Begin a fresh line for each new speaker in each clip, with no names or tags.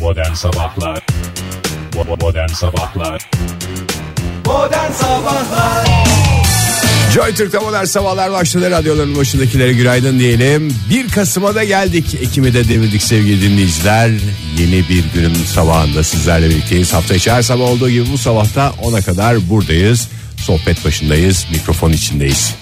Modern Sabahlar Bo- Modern Sabahlar
Modern Sabahlar
Joy Türk'te modern sabahlar başladı. Radyoların başındakilere günaydın diyelim. 1 Kasım'a da geldik. Ekim'i de devirdik sevgili dinleyiciler. Yeni bir günün sabahında sizlerle birlikteyiz. Hafta içi her sabah olduğu gibi bu sabahta 10'a kadar buradayız. Sohbet başındayız. Mikrofon içindeyiz.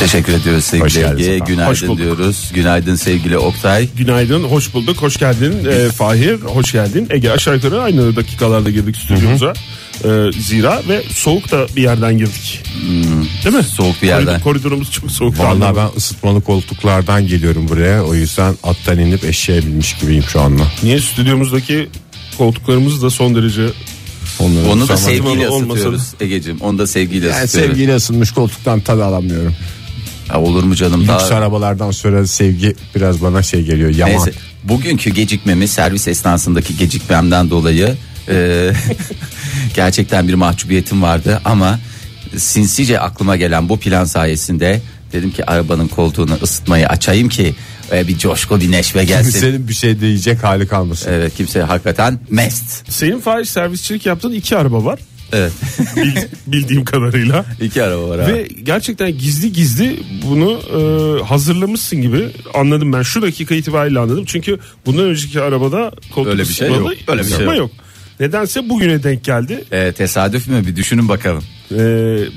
Teşekkür ediyoruz
Hoş
sevgili
geldiniz
Ege.
efendim.
Hoş
Günaydın
bulduk.
diyoruz. Günaydın sevgili Oktay.
Günaydın, hoş bulduk, hoş geldin Ee, Fahir, hoş geldin Ege. Aşağı yukarı aynı dakikalarda girdik stüdyomuza. Ee, zira ve soğuk da bir yerden girdik. Değil mi?
Hmm, Soğuk bir yerden.
Koridor- koridorumuz çok soğuk.
Vallahi ben ısıtmalı koltuklardan geliyorum buraya. O yüzden attan inip eşeğe binmiş gibiyim şu anda.
Niye stüdyomuzdaki koltuklarımız da son derece
Onları
Onu da
zaman-
sevgiyle
Olmasa da-
ısıtıyoruz Ege'cim. Onu da sevgiyle
yani
ısıtıyoruz.
sevgiyle ısınmış koltuktan tad alamıyorum.
Ha, olur mu canım?
Lüks
Daha...
arabalardan sonra sevgi biraz bana şey geliyor. Yaman.
Neyse. Bugünkü gecikmemi servis esnasındaki gecikmemden dolayı e, gerçekten bir mahcubiyetim vardı ama sinsice aklıma gelen bu plan sayesinde dedim ki arabanın koltuğunu ısıtmayı açayım ki e, bir coşku bir neşve gelsin.
Kimsenin bir şey diyecek hali kalmasın.
Evet kimse hakikaten mest.
senin Fahir servisçilik yaptığın iki araba var.
Evet.
Bil- bildiğim kadarıyla.
İki araba var. abi.
Ve gerçekten gizli gizli bunu e, hazırlamışsın gibi anladım ben. Şu dakika itibariyle anladım. Çünkü bundan önceki arabada koltuk
Öyle bir şey
ısıtmalı
yok. Öyle bir şey
ısıtma
yok.
Nedense bugüne denk geldi.
E, tesadüf mü bir düşünün bakalım.
E,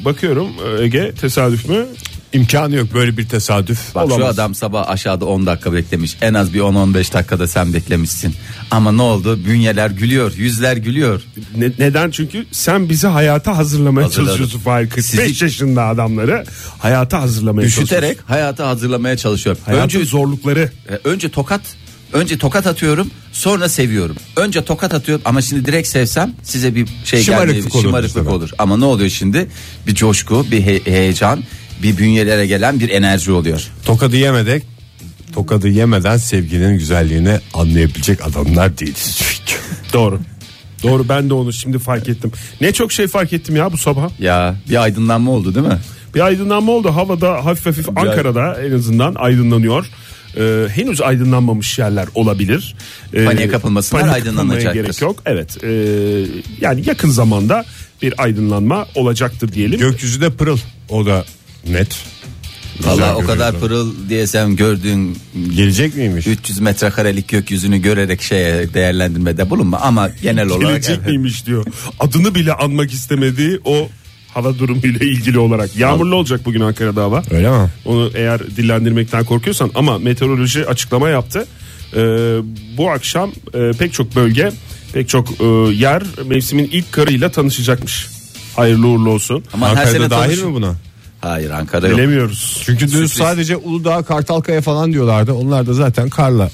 bakıyorum Ege tesadüf mü?
İmkanı yok böyle bir tesadüf.
Bak şu
Olamaz.
adam sabah aşağıda 10 dakika beklemiş. En az bir 10-15 dakikada sen beklemişsin. Ama ne oldu? Bünyeler gülüyor, yüzler gülüyor.
Ne- neden? Çünkü sen bizi hayata hazırlamaya
Hazırladım.
çalışıyorsun Fahir. 45
Sizi-
yaşında adamları hayata hazırlamaya
Üşüterek
çalışıyorsun.
hayata hazırlamaya çalışıyorum.
Hayatın
Önce
zorlukları.
e, önce tokat Önce tokat atıyorum sonra seviyorum. Önce tokat atıyorum ama şimdi direkt sevsem size bir şey
Şımarıklık
gelmeyebilir,
olur
şımarıklık
bizde de.
olur. Ama ne oluyor şimdi? Bir coşku, bir he- heyecan, bir bünyelere gelen bir enerji oluyor.
Tokadı yemedik. Tokadı yemeden sevginin güzelliğini anlayabilecek adamlar değiliz.
Doğru. Doğru ben de onu şimdi fark ettim. Ne çok şey fark ettim ya bu sabah.
Ya bir aydınlanma oldu değil mi?
Bir aydınlanma oldu havada hafif hafif Ankara'da en azından aydınlanıyor. Ee, henüz aydınlanmamış yerler olabilir. Ee,
Paniğe kapılmasınlar,
paniğe
aydınlanacaktır.
kapılmaya gerek yok. Evet. ee, yani yakın zamanda bir aydınlanma olacaktır diyelim.
Gökyüzü de pırıl. O da net. Güzel
Valla o kadar
görünüyor.
pırıl diyesem gördüğün
Gelecek miymiş?
300 metrekarelik gökyüzünü görerek şeye değerlendirmede bulunma ama genel olarak
Gelecek miymiş diyor. Adını bile anmak istemediği o hava durumuyla ilgili olarak. Yağmurlu olacak bugün Ankara'da hava.
Öyle mi?
Onu eğer dillendirmekten korkuyorsan ama meteoroloji açıklama yaptı. Ee, bu akşam e, pek çok bölge, pek çok e, yer mevsimin ilk karıyla tanışacakmış. Hayırlı uğurlu olsun.
Ama her
Ankara'da
sene
dahil
tanış-
mi buna?
Hayır Ankara yok.
Bilemiyoruz.
Çünkü dün
Sürpriz.
sadece Uludağ, Kartalkaya falan diyorlardı. Onlar da zaten karla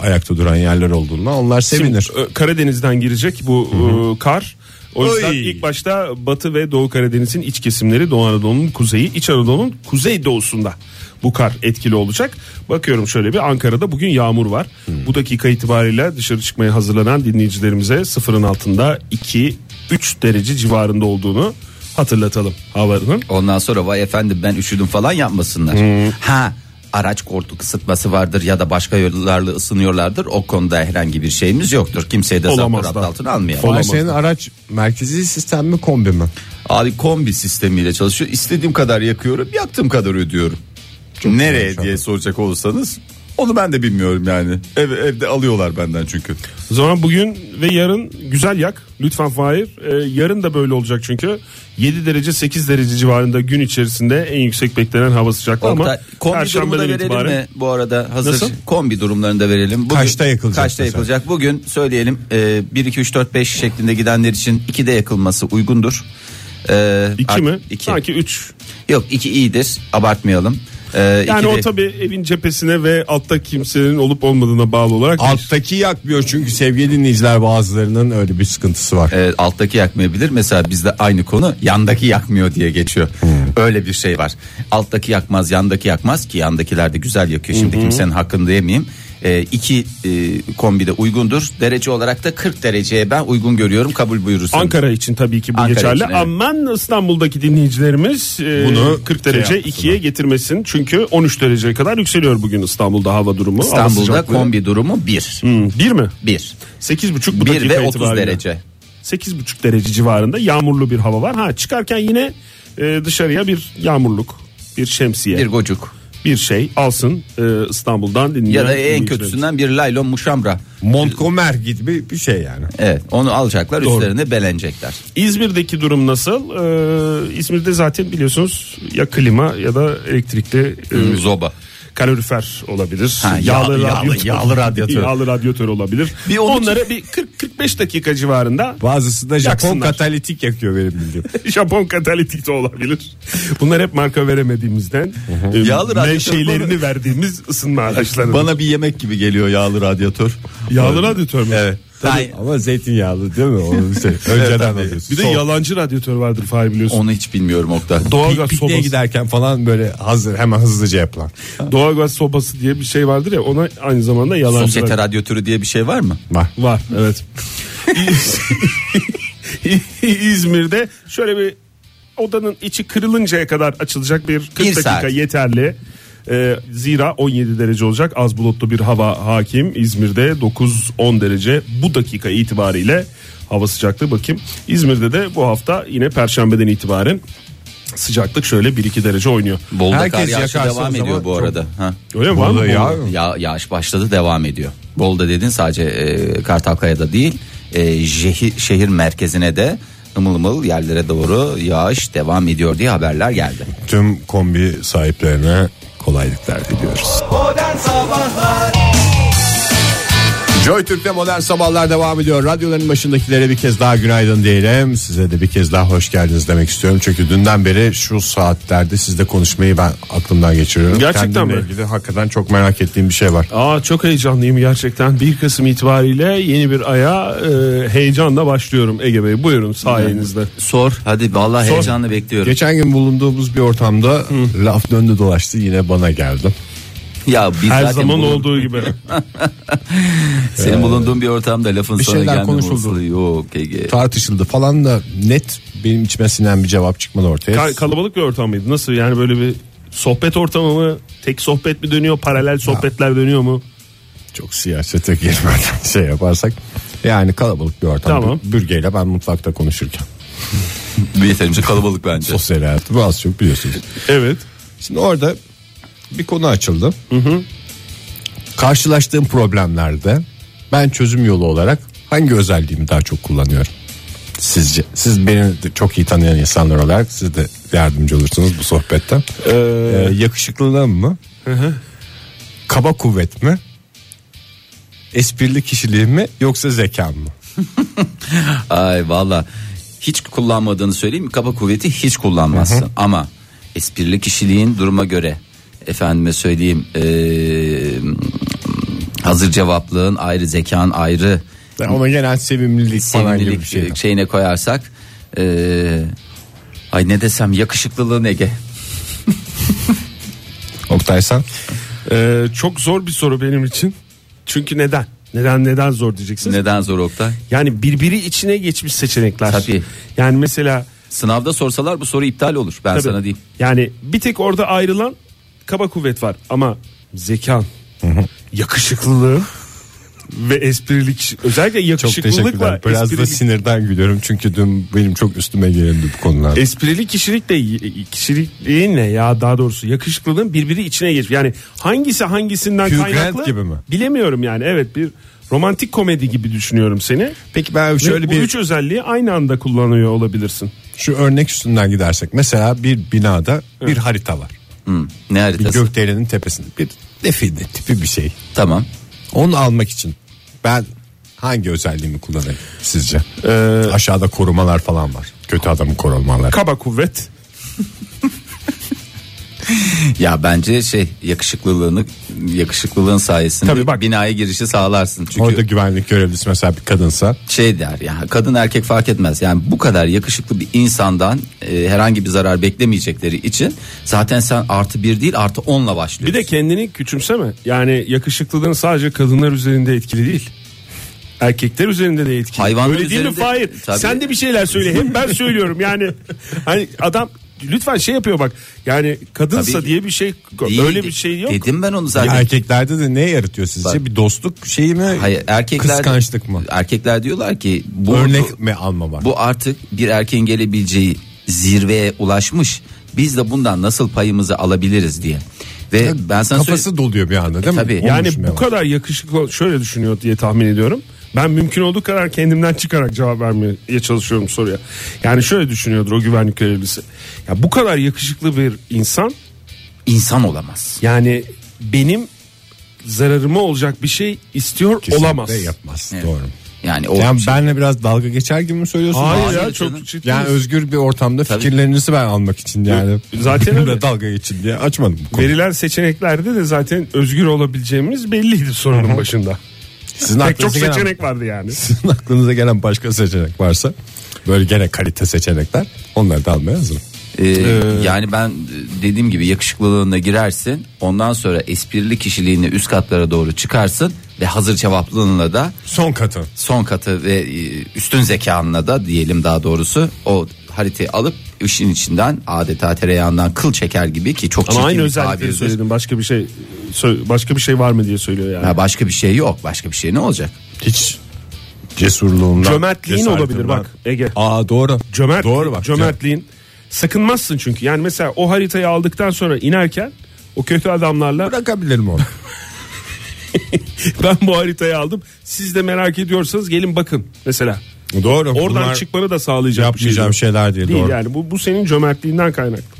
ayakta duran yerler olduğundan onlar
Şimdi,
sevinir.
e, Karadeniz'den girecek bu e, kar. O yüzden
Oy.
ilk başta Batı ve Doğu Karadeniz'in iç kesimleri, Doğu Anadolu'nun kuzeyi, İç Anadolu'nun kuzey doğusunda bu kar etkili olacak. Bakıyorum şöyle bir Ankara'da bugün yağmur var. Bu dakika itibariyle dışarı çıkmaya hazırlanan dinleyicilerimize sıfırın altında 2 3 derece civarında olduğunu hatırlatalım havanın.
Ondan sonra vay efendim ben üşüdüm falan yapmasınlar. Ha araç koltuk ısıtması vardır ya da başka yollarla ısınıyorlardır. O konuda herhangi bir şeyimiz yoktur. Kimseyi de
Olamaz
zapturapt
da.
altına almayalım.
Ama
Olamaz
senin
da.
araç merkezi sistem mi kombi mi?
Abi kombi sistemiyle çalışıyor. İstediğim kadar yakıyorum, yaktığım kadar ödüyorum. Nereye
güzel.
diye soracak olursanız onu ben de bilmiyorum yani. Ev, evde alıyorlar benden çünkü.
O zaman bugün ve yarın güzel yak. Lütfen Fahir. Ee, yarın da böyle olacak çünkü. 7 derece 8 derece civarında gün içerisinde en yüksek beklenen hava sıcaklığı ama
Oktay, kombi durumu da
perşembeden
verelim
itibaren
mi bu arada hazır
Nasıl?
kombi durumlarını da verelim. Bugün,
Kaçta yakılacak
Kaçta
mesela?
yakılacak? Bugün söyleyelim e, 1 2 3 4 5 şeklinde gidenler için 2'de yakılması uygundur. E,
2
art-
mi?
iki.
Sanki 3.
Yok 2 iyidir. Abartmayalım. E,
Yani
iki
o
de-
tabi evin cephesine ve altta kimsenin olup olmadığına bağlı olarak
Alttaki yakmıyor çünkü sevgili dinleyiciler bazılarının öyle bir sıkıntısı var.
e, alttaki yakmayabilir. Mesela bizde aynı konu yandaki yakmıyor diye geçiyor.
Hmm.
Öyle bir şey var. Alttaki yakmaz, yandaki yakmaz ki yandakiler de güzel yakıyor. Şimdi kimsenin hakkını da yemeyeyim. e, iki e, kombide uygundur. Derece olarak da 40 dereceye ben uygun görüyorum. Kabul buyurursanız.
Ankara için tabii ki bu
Ankara
geçerli.
için, evet.
Aman İstanbul'daki dinleyicilerimiz e,
Bunu
bunu 40 derece
şey
2'ye getirmesin. Çünkü 13 dereceye kadar yükseliyor bugün İstanbul'da hava durumu. hava
İstanbul'da
sıcaklığı.
kombi durumu 1.
Hmm, bir mi?
1.
8,5 bu
1
dakika
ve 30
itibariyle.
derece.
8,5 derece civarında yağmurlu bir hava var. Ha çıkarken yine e, dışarıya bir yağmurluk, bir şemsiye,
Bir
bir,
gocuk.
şey alsın e, İstanbul'dan dinleyen
Ya da en
dinleyicilerimiz.
kötüsünden bir laylon muşamra.
Montgomery gibi bir şey yani.
Evet onu alacaklar
Doğru.
üstlerine belenecekler.
İzmir'deki durum nasıl? Ee, İzmir'de zaten biliyorsunuz ya klima ya da elektrikli e,
Zoba.
kalorifer olabilir.
Ha, yağ-
yağlı,
yağlı-
radyatör,
yağlı radyatör.
Yağlı radyatör olabilir.
Bir onun için-
Onlara bir 40 45 dakika civarında
Bazısı da Japon
Yaksınlar.
katalitik yakıyor benim bildiğim.
Japon katalitik de olabilir. Bunlar hep marka veremediğimizden e,
Yağlı radyatör
menşeilerini verdiğimiz ısınma araçları.
bir yemek gibi geliyor yağlı radyatör.
yağlı radyatör mü?
Evet. Ay,
Ama zeytinyağlı değil mi? Onu şey, önceden
tabii.
alıyorsun.
Bir de
Son-
yalancı radyatör vardır Fahir biliyorsun.
onu hiç bilmiyorum Oktay.
Doğalgaz
pikniğe
sobası.
giderken falan böyle hazır hemen hızlıca yapılan.
Doğalgaz sobası diye bir şey vardır ya ona aynı zamanda yalancı
Sosyete radyatörü diye bir şey var mı?
Var.
Var evet. İzmir'de şöyle bir odanın içi kırılıncaya kadar açılacak bir 40
Bir
dakika
saat.
yeterli. Ee, zira 17 derece olacak az bulutlu bir hava hakim İzmir'de 9-10 derece bu dakika itibariyle hava sıcaklığı bakayım İzmir'de de bu hafta yine perşembeden itibaren sıcaklık şöyle 1-2 derece oynuyor
Bolda
Herkes
kar yağışı
yakarsa o
devam ediyor
zaman
bu
çok-
arada. Ha.
öyle mi var mı
Vallahi ya.
Bolu?
Ya, yağış başladı devam ediyor. Bolda dedin sadece e, Kartalkaya'da değil e, şehir, şehir merkezine de ımıl ımıl yerlere doğru yağış devam ediyor diye haberler geldi.
Tüm kombi sahiplerine kolaylıklar diliyoruz.
Modern Sabahlar
Joy Türk'te modern sabahlar devam ediyor. Radyoların başındakilere bir kez daha günaydın diyelim. Size de bir kez daha hoş geldiniz demek istiyorum. Çünkü dünden beri şu saatlerde sizle konuşmayı ben aklımdan geçiriyorum.
Gerçekten
Kendimle
mi?
ilgili hakikaten çok merak ettiğim bir şey var.
Aa çok heyecanlıyım gerçekten. 1 Kasım itibariyle yeni bir aya e, heyecanla başlıyorum Ege Bey. Buyurun sayenizde.
Sor hadi vallahi heyecanla bekliyorum.
Geçen gün bulunduğumuz bir ortamda laf döndü dolaştı yine bana geldi.
Ya biz
Her
zaten
zaman
bulun-
olduğu gibi.
Senin bulunduğun bir ortamda lafın
Bir
sana
şeyler
gelme
konuşuldu.
olasılığı yok Ege.
Tartışıldı falan da net benim içime sinen bir cevap çıkmadı ortaya.
Ka- kalabalık bir ortam mıydı? Nasıl yani böyle bir sohbet ortamı mı? Tek sohbet mi dönüyor? Paralel sohbetler dönüyor mu?
Çok siyasete girmeden şey yaparsak. Yani kalabalık bir ortam.
Tamam.
Bür- Bürgeyle ben mutfakta konuşurken.
Yeterince kalabalık bence.
Sosyal hayatı az çok biliyorsunuz.
Evet.
Şimdi orada bir konu açıldı. Karşılaştığım problemlerde ben çözüm yolu olarak hangi özelliğimi daha çok kullanıyorum? Sizce? Siz beni de çok iyi tanıyan insanlar olarak siz de yardımcı olursunuz bu sohbetten. Ee, yakışıklılığım mı? Kaba kuvvet mi? Esprili kişiliğim mi yoksa zekam mı?
Ay valla hiç kullanmadığını söyleyeyim mi? Kaba kuvveti hiç kullanmazsın ama esprili kişiliğin duruma göre efendime söyleyeyim eee, hazır cevaplığın ayrı zekan ayrı
Ama genel sevimlilik, falan gibi bir
sevimlilik
şey.
şeyine koyarsak eee, ay ne desem yakışıklılığın Ege.
Oktay sen?
Ee, çok zor bir soru benim için. Çünkü neden? Neden neden zor diyeceksiniz?
Neden zor Oktay?
Yani birbiri içine geçmiş seçenekler.
Tabii.
Yani mesela
Sınavda sorsalar bu soru iptal olur ben
Tabii.
sana diyeyim.
Yani bir tek orada ayrılan kaba kuvvet var ama zekan, yakışıklılığı ve esprilik özellikle
Çok teşekkürler.
yakışıklılıkla
Biraz da
esprilik,
sinirden gülüyorum çünkü dün benim çok üstüme gelindi bu konular.
esprili kişilikle kişilikliğinle ya daha doğrusu yakışıklılığın birbiri içine geç. Yani hangisi hangisinden
Hugh Grant
kaynaklı
gibi mi?
bilemiyorum yani. Evet bir romantik komedi gibi düşünüyorum seni.
Peki ben
Şöyle
şöyle
bu
bir
üç özelliği aynı anda kullanıyor olabilirsin.
şu örnek üstünden gidersek mesela bir binada bir harita var.
Hı, ne
Bir
haritası?
gökdelenin tepesinde bir define tipi bir şey.
Tamam.
Onu almak için ben hangi özelliğimi kullanayım sizce? Aşağıda korumalar falan var. Kötü adamı korumalar.
Kaba kuvvet.
ya bence şey yakışıklılığını yakışıklılığın sayesinde
Tabii bak.
binaya girişi sağlarsın. Çünkü
Orada güvenlik görevlisi mesela bir kadınsa
şey der ya kadın erkek fark etmez. Yani bu kadar yakışıklı bir insandan e, herhangi bir zarar beklemeyecekleri için zaten sen artı bir değil artı onla
Bir
başlıyorsun.
de kendini küçümseme. Yani yakışıklılığın sadece kadınlar üzerinde etkili değil. Erkekler üzerinde de etkili.
Hayvanlar
Öyle değil mi
üzerinde-
Fahir?
Tabii.
Sen de bir şeyler söyle. Hep ben söylüyorum yani. Hani adam lütfen şey yapıyor bak. Yani kadınsa
Tabii.
diye bir şey
Değil,
öyle bir şey yok.
Dedim ben onu zaten.
erkeklerde de ne yaratıyor sizce?
Bak-
bir dostluk şeyi mi?
Hayır, erkekler
Kıskançlık mı?
Erkekler diyorlar ki bu
Örnek mi alma var?
Bu artık bir erkeğin gelebileceği zirveye ulaşmış. Biz de bundan nasıl payımızı alabiliriz diye. Ve ben sana
Kafası doluyor bir anda değil mi?
tabii.
Onu
Yani
düşünmeye
bu kadar yakışıklı ol- şöyle düşünüyor diye tahmin ediyorum. Ben mümkün olduğu kadar kendimden çıkarak cevap vermeye çalışıyorum soruya. Yani şöyle düşünüyordur o güvenlik görevlisi. Ya bu kadar yakışıklı bir insan
insan olamaz.
Yani benim zararıma olacak bir şey istiyor
Kesinlikle
olamaz.
yapmaz.
Evet.
Doğru.
Yani o
yani
şey-
benle biraz dalga geçer gibi mi söylüyorsun?
Hayır ya
Hayır
çok
canım.
ciddi.
Yani özgür bir ortamda fikirlerinizi ben almak için yani.
Zaten
Benimle
öyle.
dalga geçin diye açmadım bu konuyu.
Verilen seçeneklerde de zaten özgür olabileceğimiz belliydi sorunun başında.
Sizin
Pek çok
aklınıza gelen-
seçenek vardı yani.
sizin aklınıza gelen başka seçenek varsa böyle gene kalite seçenekler onları da almaya hazırım.
Ee, yani ben e, dediğim gibi yakışıklılığına girersin. Ondan sonra esprili kişiliğini üst katlara doğru çıkarsın ve hazır cevaplılığına da
Son katı.
son katı ve e, üstün zekanına da diyelim daha doğrusu o haritayı alıp işin içinden adeta tereyağından kıl çeker gibi ki çok
Ama
çirkin
aynı
bir
özellikleri
tabirdir.
söyledim. Başka bir şey sö- başka bir şey var mı diye söylüyor yani.
Ha, başka bir şey yok. Başka bir şey ne olacak?
Hiç cesurluğundan.
Cömertliğin
cesaretinden.
olabilir bak Ege.
Aa doğru.
Cömert,
Doğru bak.
Cömertliğin. Sakınmazsın çünkü. Yani mesela o haritayı aldıktan sonra inerken o kötü adamlarla
Bırakabilirim onu.
ben bu haritayı aldım. Siz de merak ediyorsanız gelin bakın mesela.
doğru.
Oradan
bunlar
çıkmanı da sağlayacak
yapmayacağım
bir şey
şeyler değil,
değil. Değil
doğru.
yani bu, bu senin cömertliğinden kaynaklı.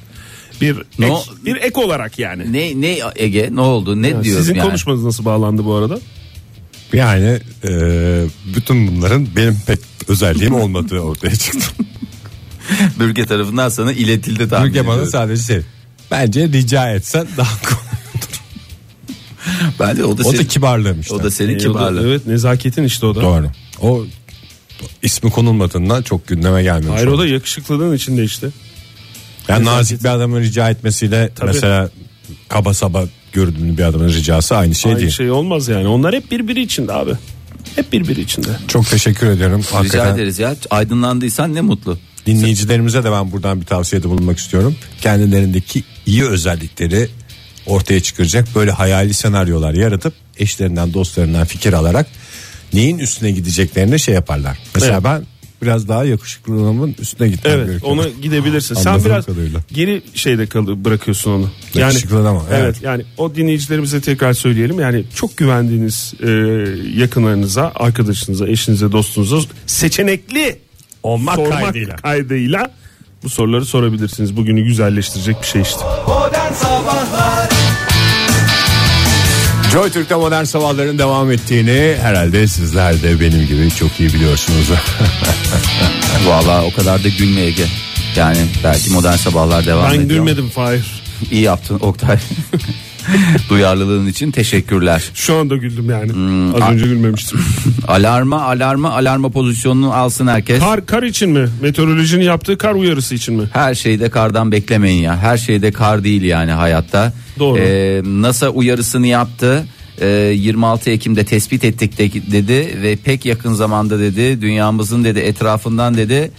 Bir ek,
No.
bir ek olarak yani.
Ne ne Ege ne oldu? Ne diyorsun
Sizin
yani?
konuşmanız nasıl bağlandı bu arada?
Yani e, bütün bunların benim pek özelliğim olmadığı ortaya çıktı.
Bölge tarafından sana iletildi tahmin
Türkiye bana
ediyorum.
sadece şey. Bence rica etsen daha kolay.
Bence o da,
O
senin,
da kibarlığım işte.
o da senin
Ee, o da-
kibarlığın.
evet nezaketin işte o da.
Doğru. O ismi konulmadığından çok gündeme gelmemiş.
Hayır
oldu.
o da yakışıklılığın içinde işte.
Yani nazik bir adamın rica etmesiyle
Tabii.
mesela kaba saba göründüğünü bir adamın ricası aynı şey
Aynı
değil.
şey olmaz yani. Onlar hep birbiri içinde abi. Hep birbiri içinde.
Çok teşekkür ediyorum.
Rica
Hakikaten
ederiz ya. Aydınlandıysan ne mutlu.
dinleyicilerimize de ben buradan bir tavsiyede bulunmak istiyorum. Kendilerindeki iyi özellikleri ortaya çıkaracak böyle hayali senaryolar yaratıp eşlerinden dostlarından fikir alarak neyin üstüne gideceklerini şey yaparlar. Mesela
Evet.
ben biraz daha yakışıklılığımın üstüne gitmem
Evet
gerekiyor.
ona gidebilirsin. Sen
Anladığım
biraz
kadarıyla.
geri şeyde kalı bırakıyorsun onu.
Yakışıklı ama,
Evet.
evet.
yani o dinleyicilerimize tekrar söyleyelim. Yani çok güvendiğiniz e, yakınlarınıza, arkadaşınıza, eşinize, dostunuza seçenekli olmak
kaydıyla.
kaydıyla bu soruları sorabilirsiniz. Bugünü güzelleştirecek bir şey işte.
Modern Sabahlar
Joy Türk'te modern sabahların devam ettiğini herhalde sizler de benim gibi çok iyi biliyorsunuz.
Vallahi o kadar da gülme Ege. Yani belki modern sabahlar devam ediyor.
Ben gülmedim Fahir.
İyi yaptın Oktay. Duyarlılığın için teşekkürler.
Şu anda güldüm yani. Az önce gülmemiştim.
Alarma alarma alarma pozisyonunu alsın herkes.
kar kar için mi? Meteorolojinin yaptığı kar uyarısı için mi?
Her şeyde kardan beklemeyin ya. Her şeyde kar değil yani hayatta.
Doğru.
Ee, NASA uyarısını yaptı. Ee, 26 Ekim'de tespit ettik de- dedi ve pek yakın zamanda dedi dünyamızın dedi etrafından dedi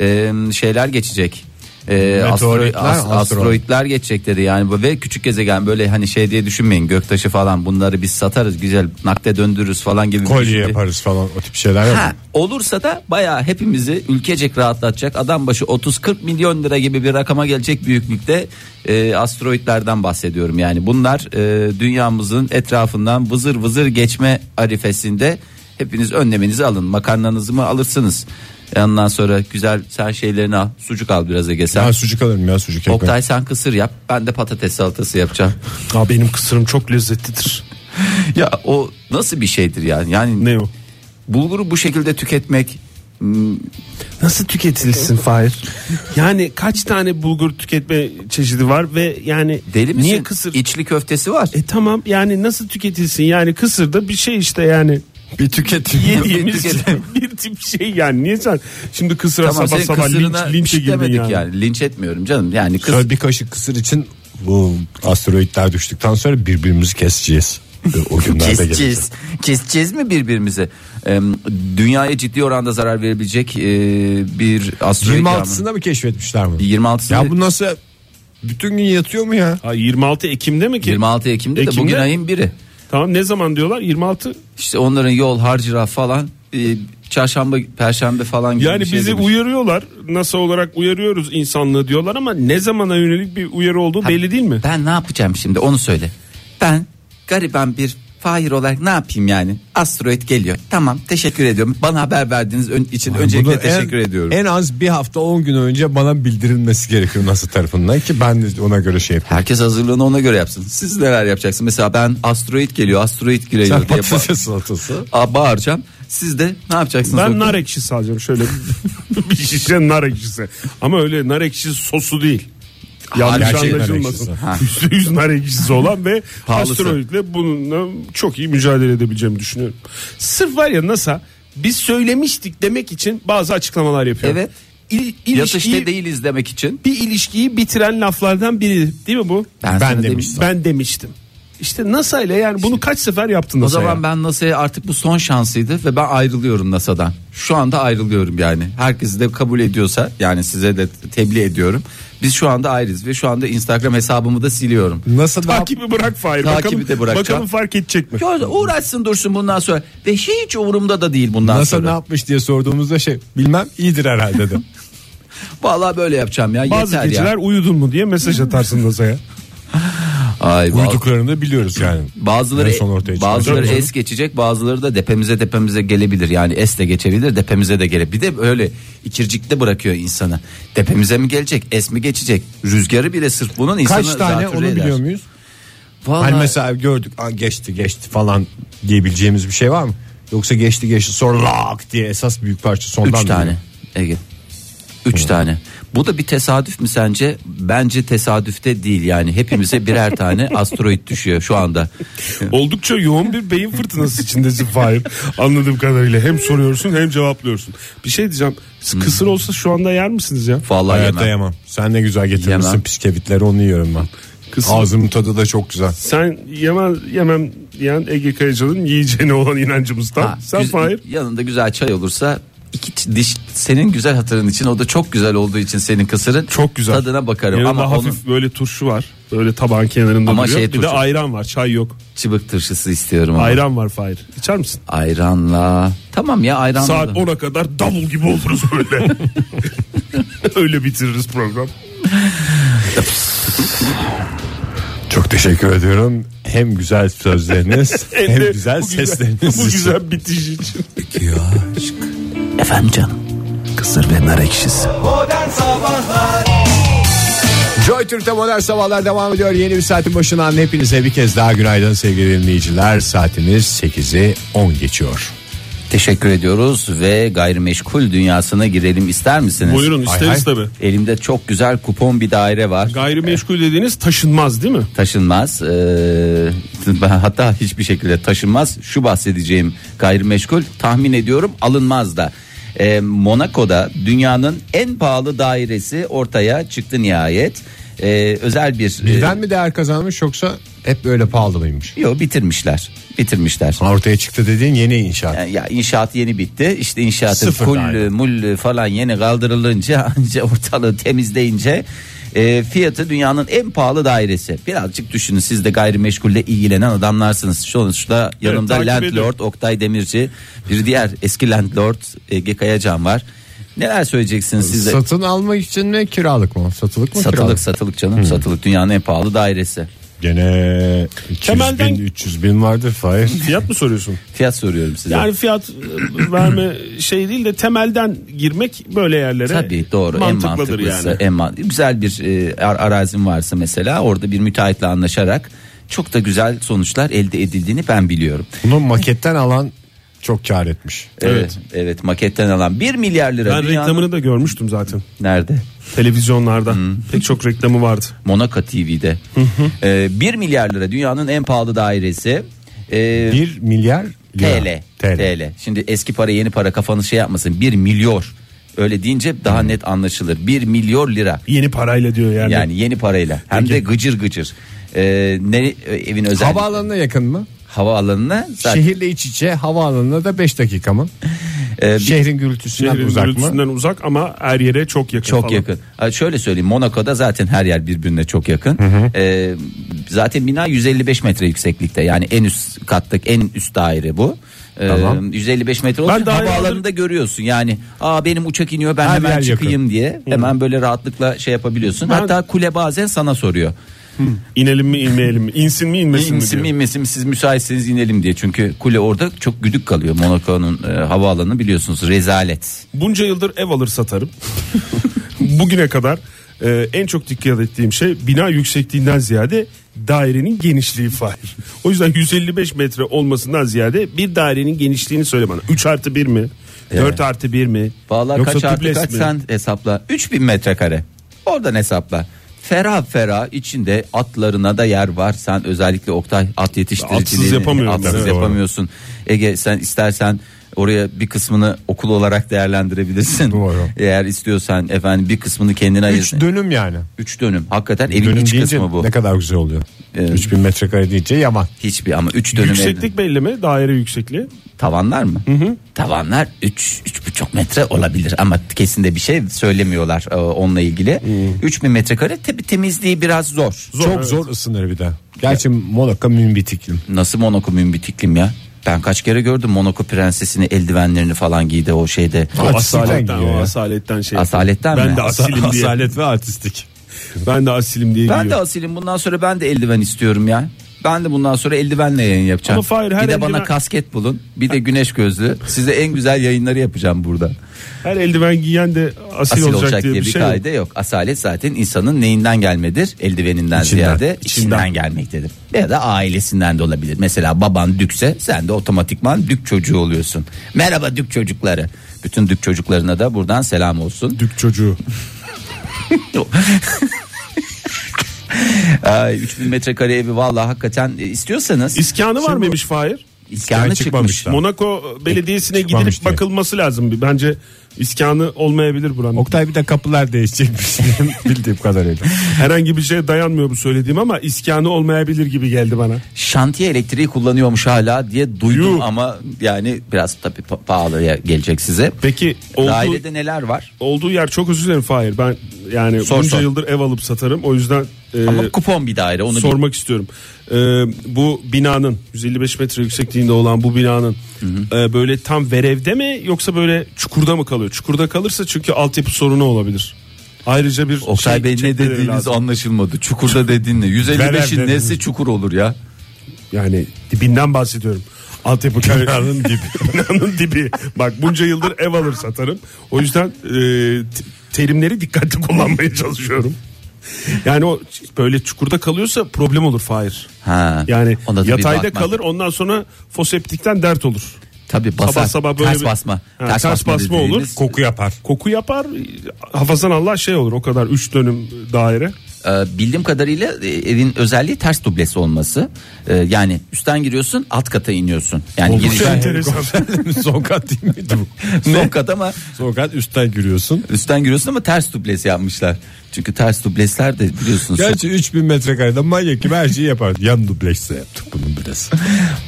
e, şeyler geçecek. Ee,
Meteoritler, asteroid.
asteroidler geçecek dedi yani Bu- ve küçük gezegen böyle hani şey diye düşünmeyin göktaşı falan bunları biz satarız güzel nakde döndürürüz falan gibi bir
Kolye
düşünce-
yaparız falan o tip şeyler
Ha,
yapalım.
olursa da bayağı hepimizi ülkecek rahatlatacak adam başı 30-40 milyon lira gibi bir rakama gelecek büyüklükte e, asteroitlerden bahsediyorum yani bunlar e, dünyamızın etrafından vızır vızır geçme arifesinde hepiniz önlemenizi alın makarnanızı mı alırsınız ondan sonra güzel sen şeylerini al sucuk al biraz Ege sen
Ben sucuk alırım ya sucuk ekmek.
Oktay sen kısır yap ben de patates salatası yapacağım
Aa, benim kısırım çok lezzetlidir.
ya o nasıl bir şeydir yani yani
Ne o?
bulguru bu şekilde tüketmek
nasıl tüketilsin Fahir? Yani kaç tane bulgur tüketme çeşidi var ve yani
Deli misin?
niye kısır?
İçli köftesi var.
E tamam yani nasıl tüketilsin? Yani kısır da bir şey işte yani.
Bir tüketim.
Yediğimiz bir tip şey yani. Niye sen şimdi kısıra
Tamam
sabah
senin
sabah
kısırına
linç, linçe
bir şey
girdin
demedik
yani.
yani. Linç etmiyorum canım. Yani kız
Sonra bir kaşık kısır için bu asteroidler düştükten sonra birbirimizi keseceğiz. O günlerde gelecek.
keseceğiz. Keseceğiz mi birbirimizi? Ee, dünyaya ciddi oranda zarar verebilecek e, bir asteroid
26'sında mı keşfetmişler bunu?
26
Ya bu nasıl bütün gün yatıyor mu ya?
Ha, 26 Ekim'de mi ki?
26 Ekim'de, de
Ekim'de?
bugün ayın biri.
Tamam ne zaman diyorlar? 26.
İşte onların yol harcırah falan e, çarşamba perşembe falan gibi
Yani
bir şey
bizi
demiş.
uyarıyorlar. NASA olarak uyarıyoruz insanlığı diyorlar ama ne zamana yönelik bir uyarı olduğu belli değil mi?
Ben ne yapacağım şimdi onu söyle. Ben gariban bir Fahir olarak ne yapayım yani? Asteroid geliyor. Tamam teşekkür ediyorum. Bana haber verdiğiniz ön- için öncelikle
Bunu en-
teşekkür ediyorum.
En az bir hafta 10 gün önce bana bildirilmesi gerekiyor nasıl tarafından ki ben de ona göre şey yapayım.
Herkes hazırlığını ona göre yapsın. Siz neler yapacaksınız? Mesela ben asteroid geliyor, asteroid geliyor
Sen
diye ba-
patates salatası.
a- bağıracağım. Siz de ne yapacaksınız?
Ben
Bakın.
nar ekşisi alacağım şöyle bir şişe nar ekşisi. Ama öyle nar ekşisi sosu değil. Yanlış
gerçek nar
anlaşılmasın.
ekşisi.
Ha.
%100 nar ekşisi olan ve
Pahalısı.
asteroidle bununla çok iyi mücadele edebileceğimi düşünüyorum. Sırf var ya NASA biz söylemiştik demek için bazı açıklamalar yapıyor.
Evet.
İl,
Yatışta
ilişkiyi,
değiliz demek için.
bir ilişkiyi bitiren laflardan biri değil mi bu?
Ben sana demiş-
Ben demiştim. İşte NASA ile yani bunu kaç sefer yaptın
O
NASA
zaman ben NASA'ya artık bu son şansıydı ve ben ayrılıyorum NASA'dan. Şu anda ayrılıyorum yani. Herkesi de kabul ediyorsa yani size de tebliğ ediyorum. Biz şu anda ayrıyız ve şu anda Instagram hesabımı da siliyorum.
Nasıl da
Takibi bırak Fahir.
Takibi
bakalım,
de bırakacağım.
bakalım fark edecek mi?
Ya Uğraşsın dursun bundan sonra ve hiç umurumda da değil bundan
nasıl
sonra.
ne yapmış diye sorduğumuzda şey bilmem iyidir herhalde dedim.
Vallahi böyle yapacağım ya
Bazı
yeter
geceler
ya.
uyudun mu diye mesaj atarsın NASA'ya.
Ay, vallahi.
Uyduklarını da biliyoruz yani.
Bazıları
En son ortaya çıkan.
bazıları
Tabii canım.
es geçecek, bazıları da depemize depemize gelebilir. Yani es de geçebilir, depemize de gelebilir. Bir de öyle ikircikte bırakıyor insanı. Depemize mi gelecek, es mi geçecek? Rüzgarı bile sırf bunun insanı
Kaç tane
zatürre
onu
eder.
biliyor muyuz?
Vallahi
Hani mesela gördük "Aa, geçti geçti falan diyebileceğimiz bir şey var mı? Yoksa geçti geçti sonra lak diye esas büyük parça sondan
üç
mı
tane
geliyor?
Ege.
Hmm.
Üç tane. Bu da bir tesadüf mü sence? Bence tesadüfte değil yani. Hepimize birer tane asteroid düşüyor şu anda.
Oldukça yoğun bir beyin fırtınası içindesin Fahir. Anladığım kadarıyla hem soruyorsun hem cevaplıyorsun. Bir şey diyeceğim. Kısır olsa şu anda yer misiniz ya?
Vallahi
Hayatta
yemem.
yemem. Sen ne güzel getirmişsin
Yemem.
piskevitleri onu yiyorum ben.
Kısır.
Ağzımın tadı da çok güzel.
Sen yemem, yemem diyen Ege Kayacan'ın yiyeceğine olan inancımızdan.
Ha,
Sen
güz-
Fahir.
Yanında güzel çay olursa iki ç- diş senin güzel hatırın için o da çok güzel olduğu için senin kısırın.
Çok güzel.
Tadına bakarım
Yanında
ama onun
hafif böyle turşu var. Böyle tabağın kenarında
Ama
duruyor.
şey
bir de
turşu.
ayran var. Çay yok.
çıbık tırşısı istiyorum ama.
Ayran var Fahir. İçer misin?
Ayranla. Tamam ya ayranla.
Saat
da.
10'a kadar davul gibi oluruz böyle. Öyle bitiririz program.
Çok teşekkür ediyorum. Hem güzel sözleriniz hem,
de
güzel
bu güzel-
sesleriniz
Bu
için.
güzel bitiş için.
Efendim canım. Kısır ve nar ekşisi.
Modern Sabahlar
Joy Türk'te modern sabahlar devam ediyor. Yeni bir saatin başından hepinize bir kez daha günaydın sevgili dinleyiciler. Saatimiz 8'i 10 geçiyor.
Teşekkür ediyoruz ve gayrimeşgul dünyasına girelim ister misiniz?
Buyurun
Hay
isteriz
hay.
tabii.
Elimde çok güzel kupon bir daire var.
Gayrimeşgul dediğiniz taşınmaz değil mi?
taşınmaz. Ee, hatta hiçbir şekilde taşınmaz. Şu bahsedeceğim gayrimeşgul tahmin ediyorum alınmaz da. Ee, Monaco'da dünyanın en pahalı dairesi ortaya çıktı nihayet. Ee, özel bir
Birden mi değer kazanmış yoksa hep böyle pahalı mıymış?
e, yo, bitirmişler. Bitirmişler.
Ortaya çıktı dediğin yeni inşaat.
Yani E, ya inşaat yeni bitti. İşte inşaatın
Sıfır daire.
kullü mullü falan yeni kaldırılınca anca ortalığı temizleyince e, fiyatı dünyanın en pahalı dairesi. Birazcık düşünün siz de gayrimeşgulle ilgilenen adamlarsınız. Sonuçta yanımda
takip
landlord
ediyorum.
Oktay Demirci bir diğer eski landlord Ege Kayacan var. Neler söyleyeceksiniz siz de?
Satın almak için mi kiralık mı? Satılık mı
satılık
kiralık?
satılık canım
Hmm.
satılık dünyanın en pahalı dairesi.
Gene 200
Temelden-
bin 300 bin vardır Fahir.
Fiyat mı soruyorsun?
Fiyat soruyorum size.
Yani fiyat e, verme şey değil de temelden girmek böyle yerlere
Tabii doğru en
mantıklıdır
mantıklısı E,
yani.
en man- güzel bir e, ar- arazim varsa mesela orada bir müteahhitle anlaşarak çok da güzel sonuçlar elde edildiğini ben biliyorum.
Bunu maketten alan Çok kar etmiş.
Evet. Evet maketten alan 1 milyar lira.
Ben
dünyanın-
reklamını da görmüştüm zaten.
Nerede?
Televizyonlarda pek çok reklamı vardı.
Monaco TV'de. Ee, 1 milyar lira dünyanın en pahalı dairesi. Ee,
1 milyar lira.
TL, TL. Şimdi eski para yeni para kafanı şey yapmasın. 1 milyar. Öyle deyince daha net anlaşılır. 1 milyar lira.
Yeni parayla diyor yani.
Yani yeni parayla. Hem de gıcır gıcır. Ee, ne evin özel
Havaalanına yakın mı?
havaalanına zaten
Şehirle iç içe havaalanına da 5 dakika mı?
e, bir-
Şehrin gürültüsünden
Şehrin
uzak mı?
gürültüsünden uzak ama her yere çok yakın.
çok
falan.
yakın. Ha, Şöyle söyleyeyim Monaco'da zaten her yer birbirine çok yakın. Ee, zaten bina 155 metre yükseklikte. Yani en üst katlık en üst daire bu. Ee, 155 metre olunca
daha
havaalanında görüyorsun yani aa benim uçak iniyor ben
Her
hemen
yer yakın.
çıkayım diye hemen böyle rahatlıkla şey yapabiliyorsun hatta kule bazen sana soruyor
İnelim mi inmeyelim mi? İnsin mi inmesin mi?
İnsin mi
diyor.
inmesin mi siz müsaitseniz inelim diye. Çünkü kule orada çok güdük kalıyor. Monaco'nun e, havaalanı biliyorsunuz rezalet.
Bunca yıldır ev alır satarım. Bugüne kadar e, en çok dikkat ettiğim şey bina yüksekliğinden ziyade dairenin genişliği Fahir. O yüzden 155 metre olmasından ziyade bir dairenin genişliğini söyle bana. 3 artı 1 mi? 4 artı 1 mi?
Vallahi
Yoksa
kaç artı
dubles
kaç
mi?
sen hesapla. 3000 metrekare. Oradan hesapla. Ferah ferah içinde atlarına da yer var. Sen özellikle Oktay at yetiştiriciliğini
Atsız yapamıyorum
atsız
ben, evet.
yapamıyorsun. Ege sen istersen oraya bir kısmını okul olarak değerlendirebilirsin.
Doğru.
Eğer istiyorsan efendim bir kısmını kendine ayır.
3 dönüm yani.
3 dönüm. Hakikaten evin
Dönüm
iç
deyince
kısmı bu.
ne kadar güzel oluyor.
Evet.
3000 metrekare deyince yaman.
Hiçbir ama 3 dönüm evde.
Yükseklik belli mi? Daire yüksekliği.
Tavanlar mı? Tavanlar 3 buçuk metre olabilir ama kesin de bir şey söylemiyorlar e, onunla ilgili. 3000 metrekare tabi temizliği biraz zor.
Çok zor ısınır bir de. Gerçi Monaco mümbit iklim.
Nasıl Monaco mümbit iklim ya? Ben kaç kere gördüm Monaco prensesini eldivenlerini falan giydi o şeyde.
O
Artistikten
asaletten,
gidiyor
o
ya.
asaletten şey.
Asaletten
ben
mi?
De asilim diye,
ve artistik.
ben de asilim diye
Ben de
giyiyorum.
asilim bundan sonra ben de eldiven istiyorum ya. Ben de bundan sonra eldivenle yayın yapacağım.
Ama Fahir, her
bir de bana
eldiven-
kasket bulun. Bir de güneş gözlü. Size en güzel yayınları yapacağım burada.
Her eldiven giyen de asil,
asil
olacak, diye bir
bir
şey yok.
kaide yok. Asalet zaten insanın neyinden gelmedir? Eldiveninden ziyade içinden. gelmektedir. Ya da ailesinden de olabilir. Mesela baban dükse sen de otomatikman dük çocuğu oluyorsun. Merhaba dük çocukları. Bütün dük çocuklarına da buradan selam olsun.
Dük çocuğu.
Ay, 3000 metrekare evi vallahi hakikaten e, istiyorsanız
İskanı var mıymış Fahir?
iskanı çıkmış.
çıkmamışlar.
Monaco Belediyesi'ne
Çıkmamış
gidilip
diye.
bakılması lazım. Bir- Bence iskanı olmayabilir buranın.
Oktay bir de kapılar değişecekmiş benim bildiğim kadarıyla.
Herhangi bir şeye dayanmıyor bu söylediğim ama iskanı olmayabilir gibi geldi bana.
Şantiye elektriği kullanıyormuş hala diye duydum
Yuh.
ama yani biraz tabii pa- pahalıya gelecek size.
Peki olduğu,
Dairede neler var?
olduğu yer çok özür dilerim Fahir. Ben yani
Sor,
bunca
sor.
yıldır ev alıp satarım. O yüzden e,
Ama kupon bir daire onu bil-
sormak istiyorum. E, bu binanın 155 metre yüksekliğinde olan bu binanın e, böyle tam verevde mi yoksa böyle çukurda mı kalıyor? Çukurda kalırsa çünkü altyapı sorunu olabilir. Ayrıca bir
Oktay
şey
Bey ne
çekmeleri
dediğiniz
lazım.
anlaşılmadı. Çukurda dediğin ne? 155'in
Verem
nesi çukur olur ya?
Yani dibinden bahsediyorum. Altyapı binanın dibi. binanın dibi. Bak bunca yıldır ev alır satarım. O yüzden e, t- terimleri dikkatli kullanmaya çalışıyorum. Yani o ç- böyle çukurda kalıyorsa problem olur Fahir.
Ha.
Yani
Ona da bir
yatayda
bakmak.
kalır ondan sonra foseptikten dert olur.
Tabii basar.
Sabah sabah böyle
ters
bir-
basma.
Ha, ters basma olur.
dediğiniz,
Koku yapar.
Koku yapar hafazan Allah şey olur o kadar 3 dönüm daire.
e, bildiğim kadarıyla e, evin özelliği ters dublesi olması. E, yani üstten giriyorsun, alt kata iniyorsun. Yani
şey
giriş
Çok enteresan.
Son kat değil miydi bu?
son kat ama
Son kat üstten giriyorsun.
üstten giriyorsun ama ters dublesi yapmışlar. Çünkü ters dublesler de biliyorsunuz.
Gerçi 3000 metrekareden manyak gibi her şeyi yapar. Yan dublekse yaptık bunun biraz.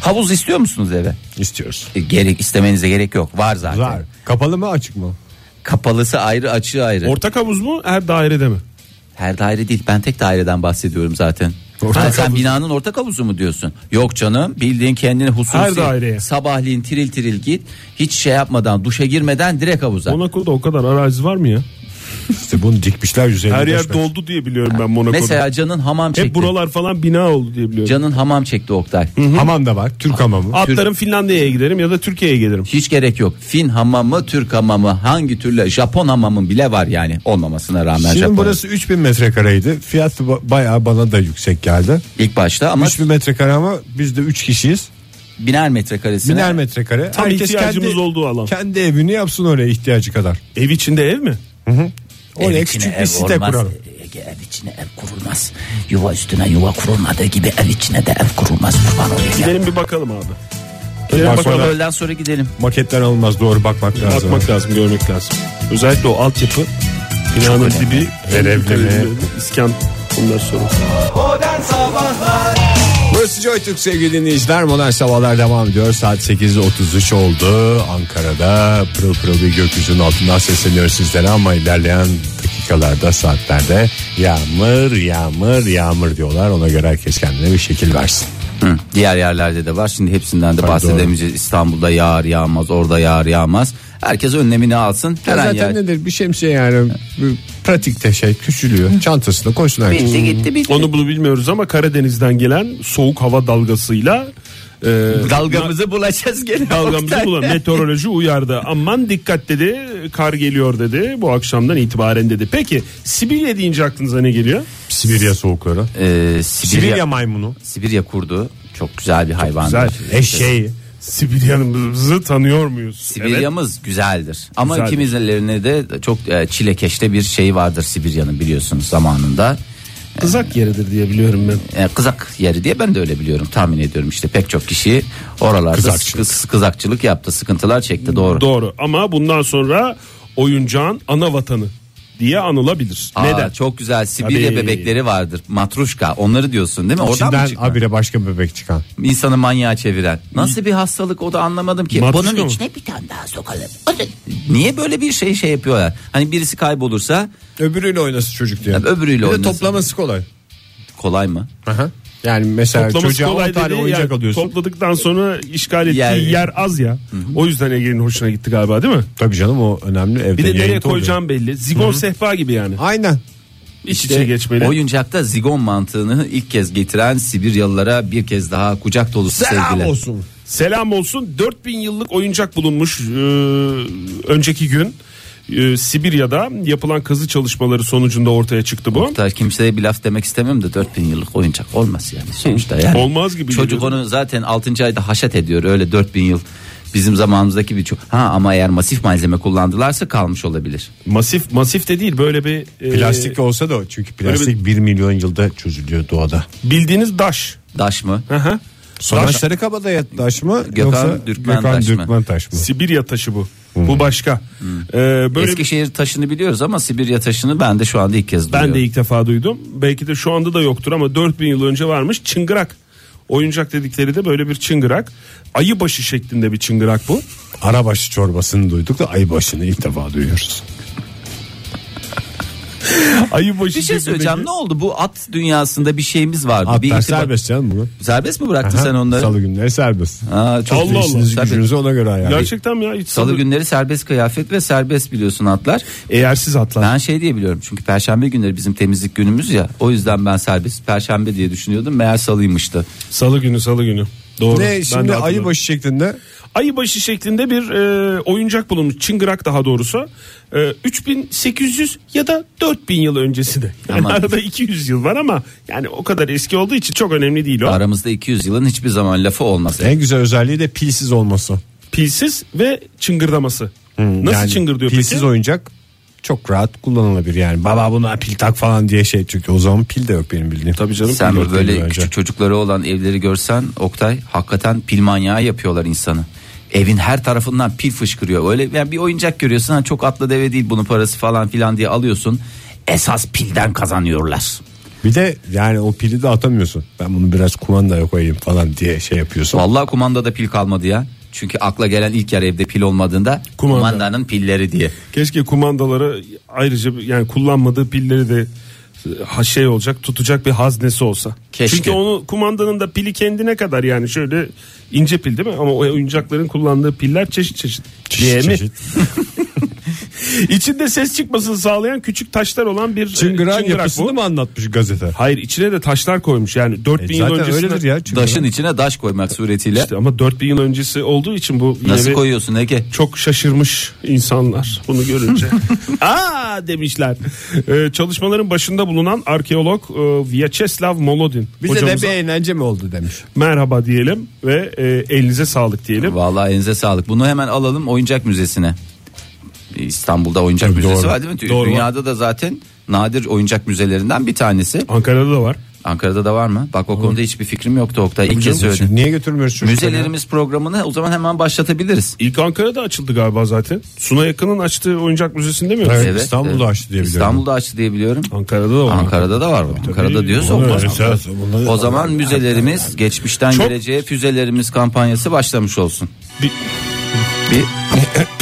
Havuz istiyor musunuz eve?
İstiyoruz.
E, gerek istemenize gerek yok. Var zaten.
Var. Kapalı mı açık mı?
Kapalısı ayrı, açığı ayrı.
Ortak havuz mu her dairede mi?
Her daire değil ben tek daireden bahsediyorum zaten.
Ortak
ha, sen binanın ortak havuzu mu diyorsun? Yok canım bildiğin kendini hususi.
Her daireye.
Sabahleyin tiril tiril git. Hiç şey yapmadan duşa girmeden direkt havuza.
Monaco'da o kadar arazi var mı ya?
İşte bunu dikmişler 155
Her yer
metre.
doldu diye biliyorum ben Monaco'da.
Mesela Can'ın hamam
Hep
çekti.
buralar falan bina oldu diye biliyorum.
Can'ın hamam çekti Oktay.
Hamam da var. Türk hamamı.
Atlarım Finlandiya'ya giderim ya da Türkiye'ye gelirim.
Hiç gerek yok. Fin hamamı, Türk hamamı, hangi türlü Japon hamamın bile var yani olmamasına rağmen
Şimdi
Japon.
burası 3000 metrekareydi. Fiyat ba- bayağı bana da yüksek geldi.
ilk başta ama
3000 metrekare ama biz de 3 kişiyiz.
biner metrekaresine.
Biner metrekare.
Tam ihtiyacımız olduğu alan.
Kendi evini yapsın oraya ihtiyacı kadar.
Ev içinde ev mi?
Oraya küçük bir site kuralım.
Ee, e, Ev içine ev kurulmaz. Yuva üstüne yuva kurulmadığı gibi ev içine de ev kurulmaz. Kurban olayım ya.
Gidelim bir bakalım abi. Gidelim
Bak
bakalım.
sonra-
Öğleden sonra gidelim.
Maketler alınmaz doğru bakmak lazım.
Bakmak lazım, görmek lazım. Özellikle o altyapı, binanın dibi,
Verevleme.
iskan bunlar sorun.
Modern Sabahlar
Burası JoyTürk sevgili dinleyiciler. Modern Sabahlar devam ediyor. Saat 8.33 oldu. Ankara'da pırıl pırıl bir gökyüzünün altından sesleniyoruz sizlere ama ilerleyen dakikalarda saatlerde yağmur yağmur yağmur diyorlar. Ona göre herkes kendine bir şekil versin.
Hı. Diğer yerlerde de var. Şimdi hepsinden de
Tabii
bahsedemeyeceğiz. İstanbul'da yağar yağmaz, orada yağar yağmaz. Herkes önlemini alsın. Her an yağar.
nedir bir şemsiye yani pratikte şey küçülüyor. Çantasında koysun şey.
Bitti gitti bitti.
Onu bunu bilmiyoruz ama Karadeniz'den gelen soğuk hava dalgasıyla e,
dalgamızı bulacağız gene.
dalgamızı
Oktay.
bulan meteoroloji uyardı. Aman dikkat dedi. Kar geliyor dedi. Bu akşamdan itibaren dedi. Peki Sibirya deyince aklınıza ne geliyor?
Sibirya soğukları.
Ee, Sibirya,
Sibirya
Sibirya,
maymunu.
kurdu. Çok güzel bir hayvan.
Güzel.
Eşeği.
Sibirya'mızı tanıyor muyuz?
Sibirya'mız güzeldir. Ama
Güzeldir.
kimilerine de çok e, çilekeşte bir şey vardır Sibirya'nın biliyorsunuz zamanında.
Evet. Kızak yeridir diye biliyorum ben.
E, kızak yeri diye ben de öyle biliyorum tahmin ediyorum işte pek çok kişi oralarda
Kızakçılık.
sıkı- kızakçılık yaptı sıkıntılar çekti doğru.
Doğru ama bundan sonra oyuncağın ana vatanı diye anılabilir.
Aa,
Neden?
Çok güzel Sibirya
Tabii.
bebekleri vardır matruşka onları diyorsun değil mi? Oradan mı
İçinden
çıktı?
abire başka bebek çıkan.
İnsanı manyağa çeviren. Nasıl bir hastalık o da anlamadım ki.
Matruşka
Bunun
mı?
içine bir tane daha sokalım. O da- Niye böyle bir şey şey yapıyorlar? Hani birisi kaybolursa
Öbürüyle oynasın çocuk diye.
Tabii öbürüyle
Bir de
oynasın.
toplaması kolay.
kolay mı?
Aha. Yani mesela
Toplaması
çocuğa 10
kolay
tane
dediği
oyuncak
yer,
alıyorsun.
Topladıktan sonra işgal ettiği
Yer-
yer, az ya. O yüzden Ege'nin hoşuna gitti galiba değil mi?
Tabii canım o önemli evde.
Bir de nereye
yayıntı oluyor.
koyacağım belli. Zigon sehpa gibi yani.
Aynen.
İç içe geçmeli.
Oyuncakta zigon mantığını ilk kez getiren Sibiryalılara bir kez daha kucak dolusu sevgiler. Ee,
olsun.
Selam olsun 4000 yıllık oyuncak bulunmuş Ee, önceki gün. e, Sibirya'da yapılan kazı çalışmaları sonucunda ortaya çıktı bu.
Hatta kimseye bir laf demek istemiyorum da 4000 yıllık oyuncak olmaz yani sonuçta yani.
Olmaz gibi
Çocuk
geliyor.
onu zaten 6. ayda haşat ediyor öyle 4000 yıl. Bizim zamanımızdaki bir ço- Ha ama eğer masif malzeme kullandılarsa kalmış olabilir.
Masif masif de değil böyle bir e,
Plastik olsa da o. çünkü plastik 1 milyon yılda çözülüyor doğada.
bildiğiniz daş.
Daş mı?
Hı hı. Daş-
Sonuçları kabadaya taş mı
Gökhan
yoksa
Dürkmen
Gökhan
taş mı?
Dürkmen taş mı?
Sibirya taşı bu.
Hmm.
Bu başka. Ee, böyle
Eskişehir taşını biliyoruz ama Sibirya taşını ben de şu anda ilk kez duyuyorum.
ben de ilk defa duydum. Belki de şu anda da yoktur ama 4000 yıl önce varmış çıngırak. Oyuncak dedikleri de böyle bir çıngırak. Ayı başı şeklinde bir çıngırak bu.
Arabaşı çorbasını duyduk da ayıbaşını ilk defa duyuyoruz.
Ayı başı
Bir şey söyleyeceğim ne oldu bu at dünyasında bir şeyimiz vardı. bir
Hatta
itibar-
serbest canım bunu.
Serbest mi bıraktın sen
Aha,
onları?
Salı günleri serbest.
Aa, çok
Allah Allah.
İşinizi
Tabii.
gücünüzü ona göre ayarlayın.
Gerçekten mi ya? Hiç
Salı
salı-
günleri serbest kıyafet ve serbest biliyorsun atlar.
Eğersiz atlar.
Ben şey diye biliyorum çünkü perşembe günleri bizim temizlik günümüz ya. O yüzden ben serbest perşembe diye düşünüyordum. Meğer salıymıştı.
Salı günü salı günü. Doğru. Ben
Ne
de
şimdi
hatırlıyorum.
ayıbaşı şeklinde
Ayı başı şeklinde bir e, oyuncak bulunmuş. Çıngırak daha doğrusu. E, 3800 ya da 4000 yıl öncesi de. Yani
Aman.
arada 200 yıl var ama yani o kadar eski olduğu için çok önemli değil o.
Aramızda 200 yılın hiçbir zaman lafı olmaz.
en güzel özelliği de pilsiz olması.
Pilsiz ve çıngırdaması. Nasıl
Hmm, Yani
çıngırdıyor
pilsiz
peki?
oyuncak çok rahat kullanılabilir yani. Baba buna pil tak falan diye şey çünkü o zaman pil de yok benim bildiğim.
Tabii canım.
Sen
Dört
böyle
yıl önce.
küçük çocukları olan evleri görsen Oktay hakikaten pil manyağı yapıyorlar insanı. Evin her tarafından pil fışkırıyor. Öyle yani bir oyuncak görüyorsun ha çok atlı deve değil bunun parası falan filan diye alıyorsun. Esas pilden kazanıyorlar.
Bir de yani o pili de atamıyorsun. Ben bunu biraz kumandaya koyayım falan diye şey yapıyorsun.
Vallahi kumandada pil kalmadı ya. Çünkü akla gelen ilk yer evde pil olmadığında
Kumanda.
kumandanın pilleri diye.
Keşke kumandalara ayrıca bir- yani kullanmadığı pilleri de e, ha- şey olacak tutacak bir haznesi olsa.
Keşke.
Çünkü onu kumandanın da pili kendine kadar yani şöyle ince pil değil mi? Ama o oyuncakların kullandığı piller çeşit çeşit.
Çeşit
Diye mi?
çeşit.
İçinde ses çıkmasını sağlayan küçük taşlar olan bir e,
Çıngırak
çıngırak
yapısını
bu.
mı anlatmış gazete?
Hayır içine de taşlar koymuş yani 4000 yıl
E, Zaten
öncesinde.
öyledir ya. çıngırak.
Daşın içine daş koymak suretiyle.
İşte ama 4000 yıl öncesi olduğu için bu yine
Nasıl
bir-
koyuyorsun Ege?
çok şaşırmış insanlar bunu görünce. Aa demişler. Ee, çalışmaların başında bulunan arkeolog e, Vyacheslav Molodin
Bize
hocamıza
de bir eğlence mi oldu demiş.
merhaba diyelim ve e, elinize sağlık diyelim.
Vallahi elinize sağlık. Bunu hemen alalım oyuncak müzesine. İstanbul'da oyuncak
Tabii,
müzesi
doğru.
var değil mi?
Doğru.
Dünyada da zaten nadir oyuncak müzelerinden bir tanesi.
Ankara'da da var.
Ankara'da da var mı? Bak o konuda hiçbir fikrim yoktu Oktay. İlk kez
Canım,
söyledim.
Niye götürmüyoruz çocukları?
Müzelerimiz programını o zaman hemen başlatabiliriz.
İlk Ankara'da açıldı galiba zaten. Suna Yakın'ın açtığı oyuncak müzesinde mi?
Evet, İstanbul'da açtı diye biliyorum.
İstanbul'da açtı diye biliyorum.
Ankara'da da var.
Ankara'da da var. Ankara'da diyorsa o
Bunlar
zaman.
esas, bunlar-
O zaman müzelerimiz geçmişten
Çok-
geleceğe füzelerimiz kampanyası başlamış olsun.
Bir-
Bir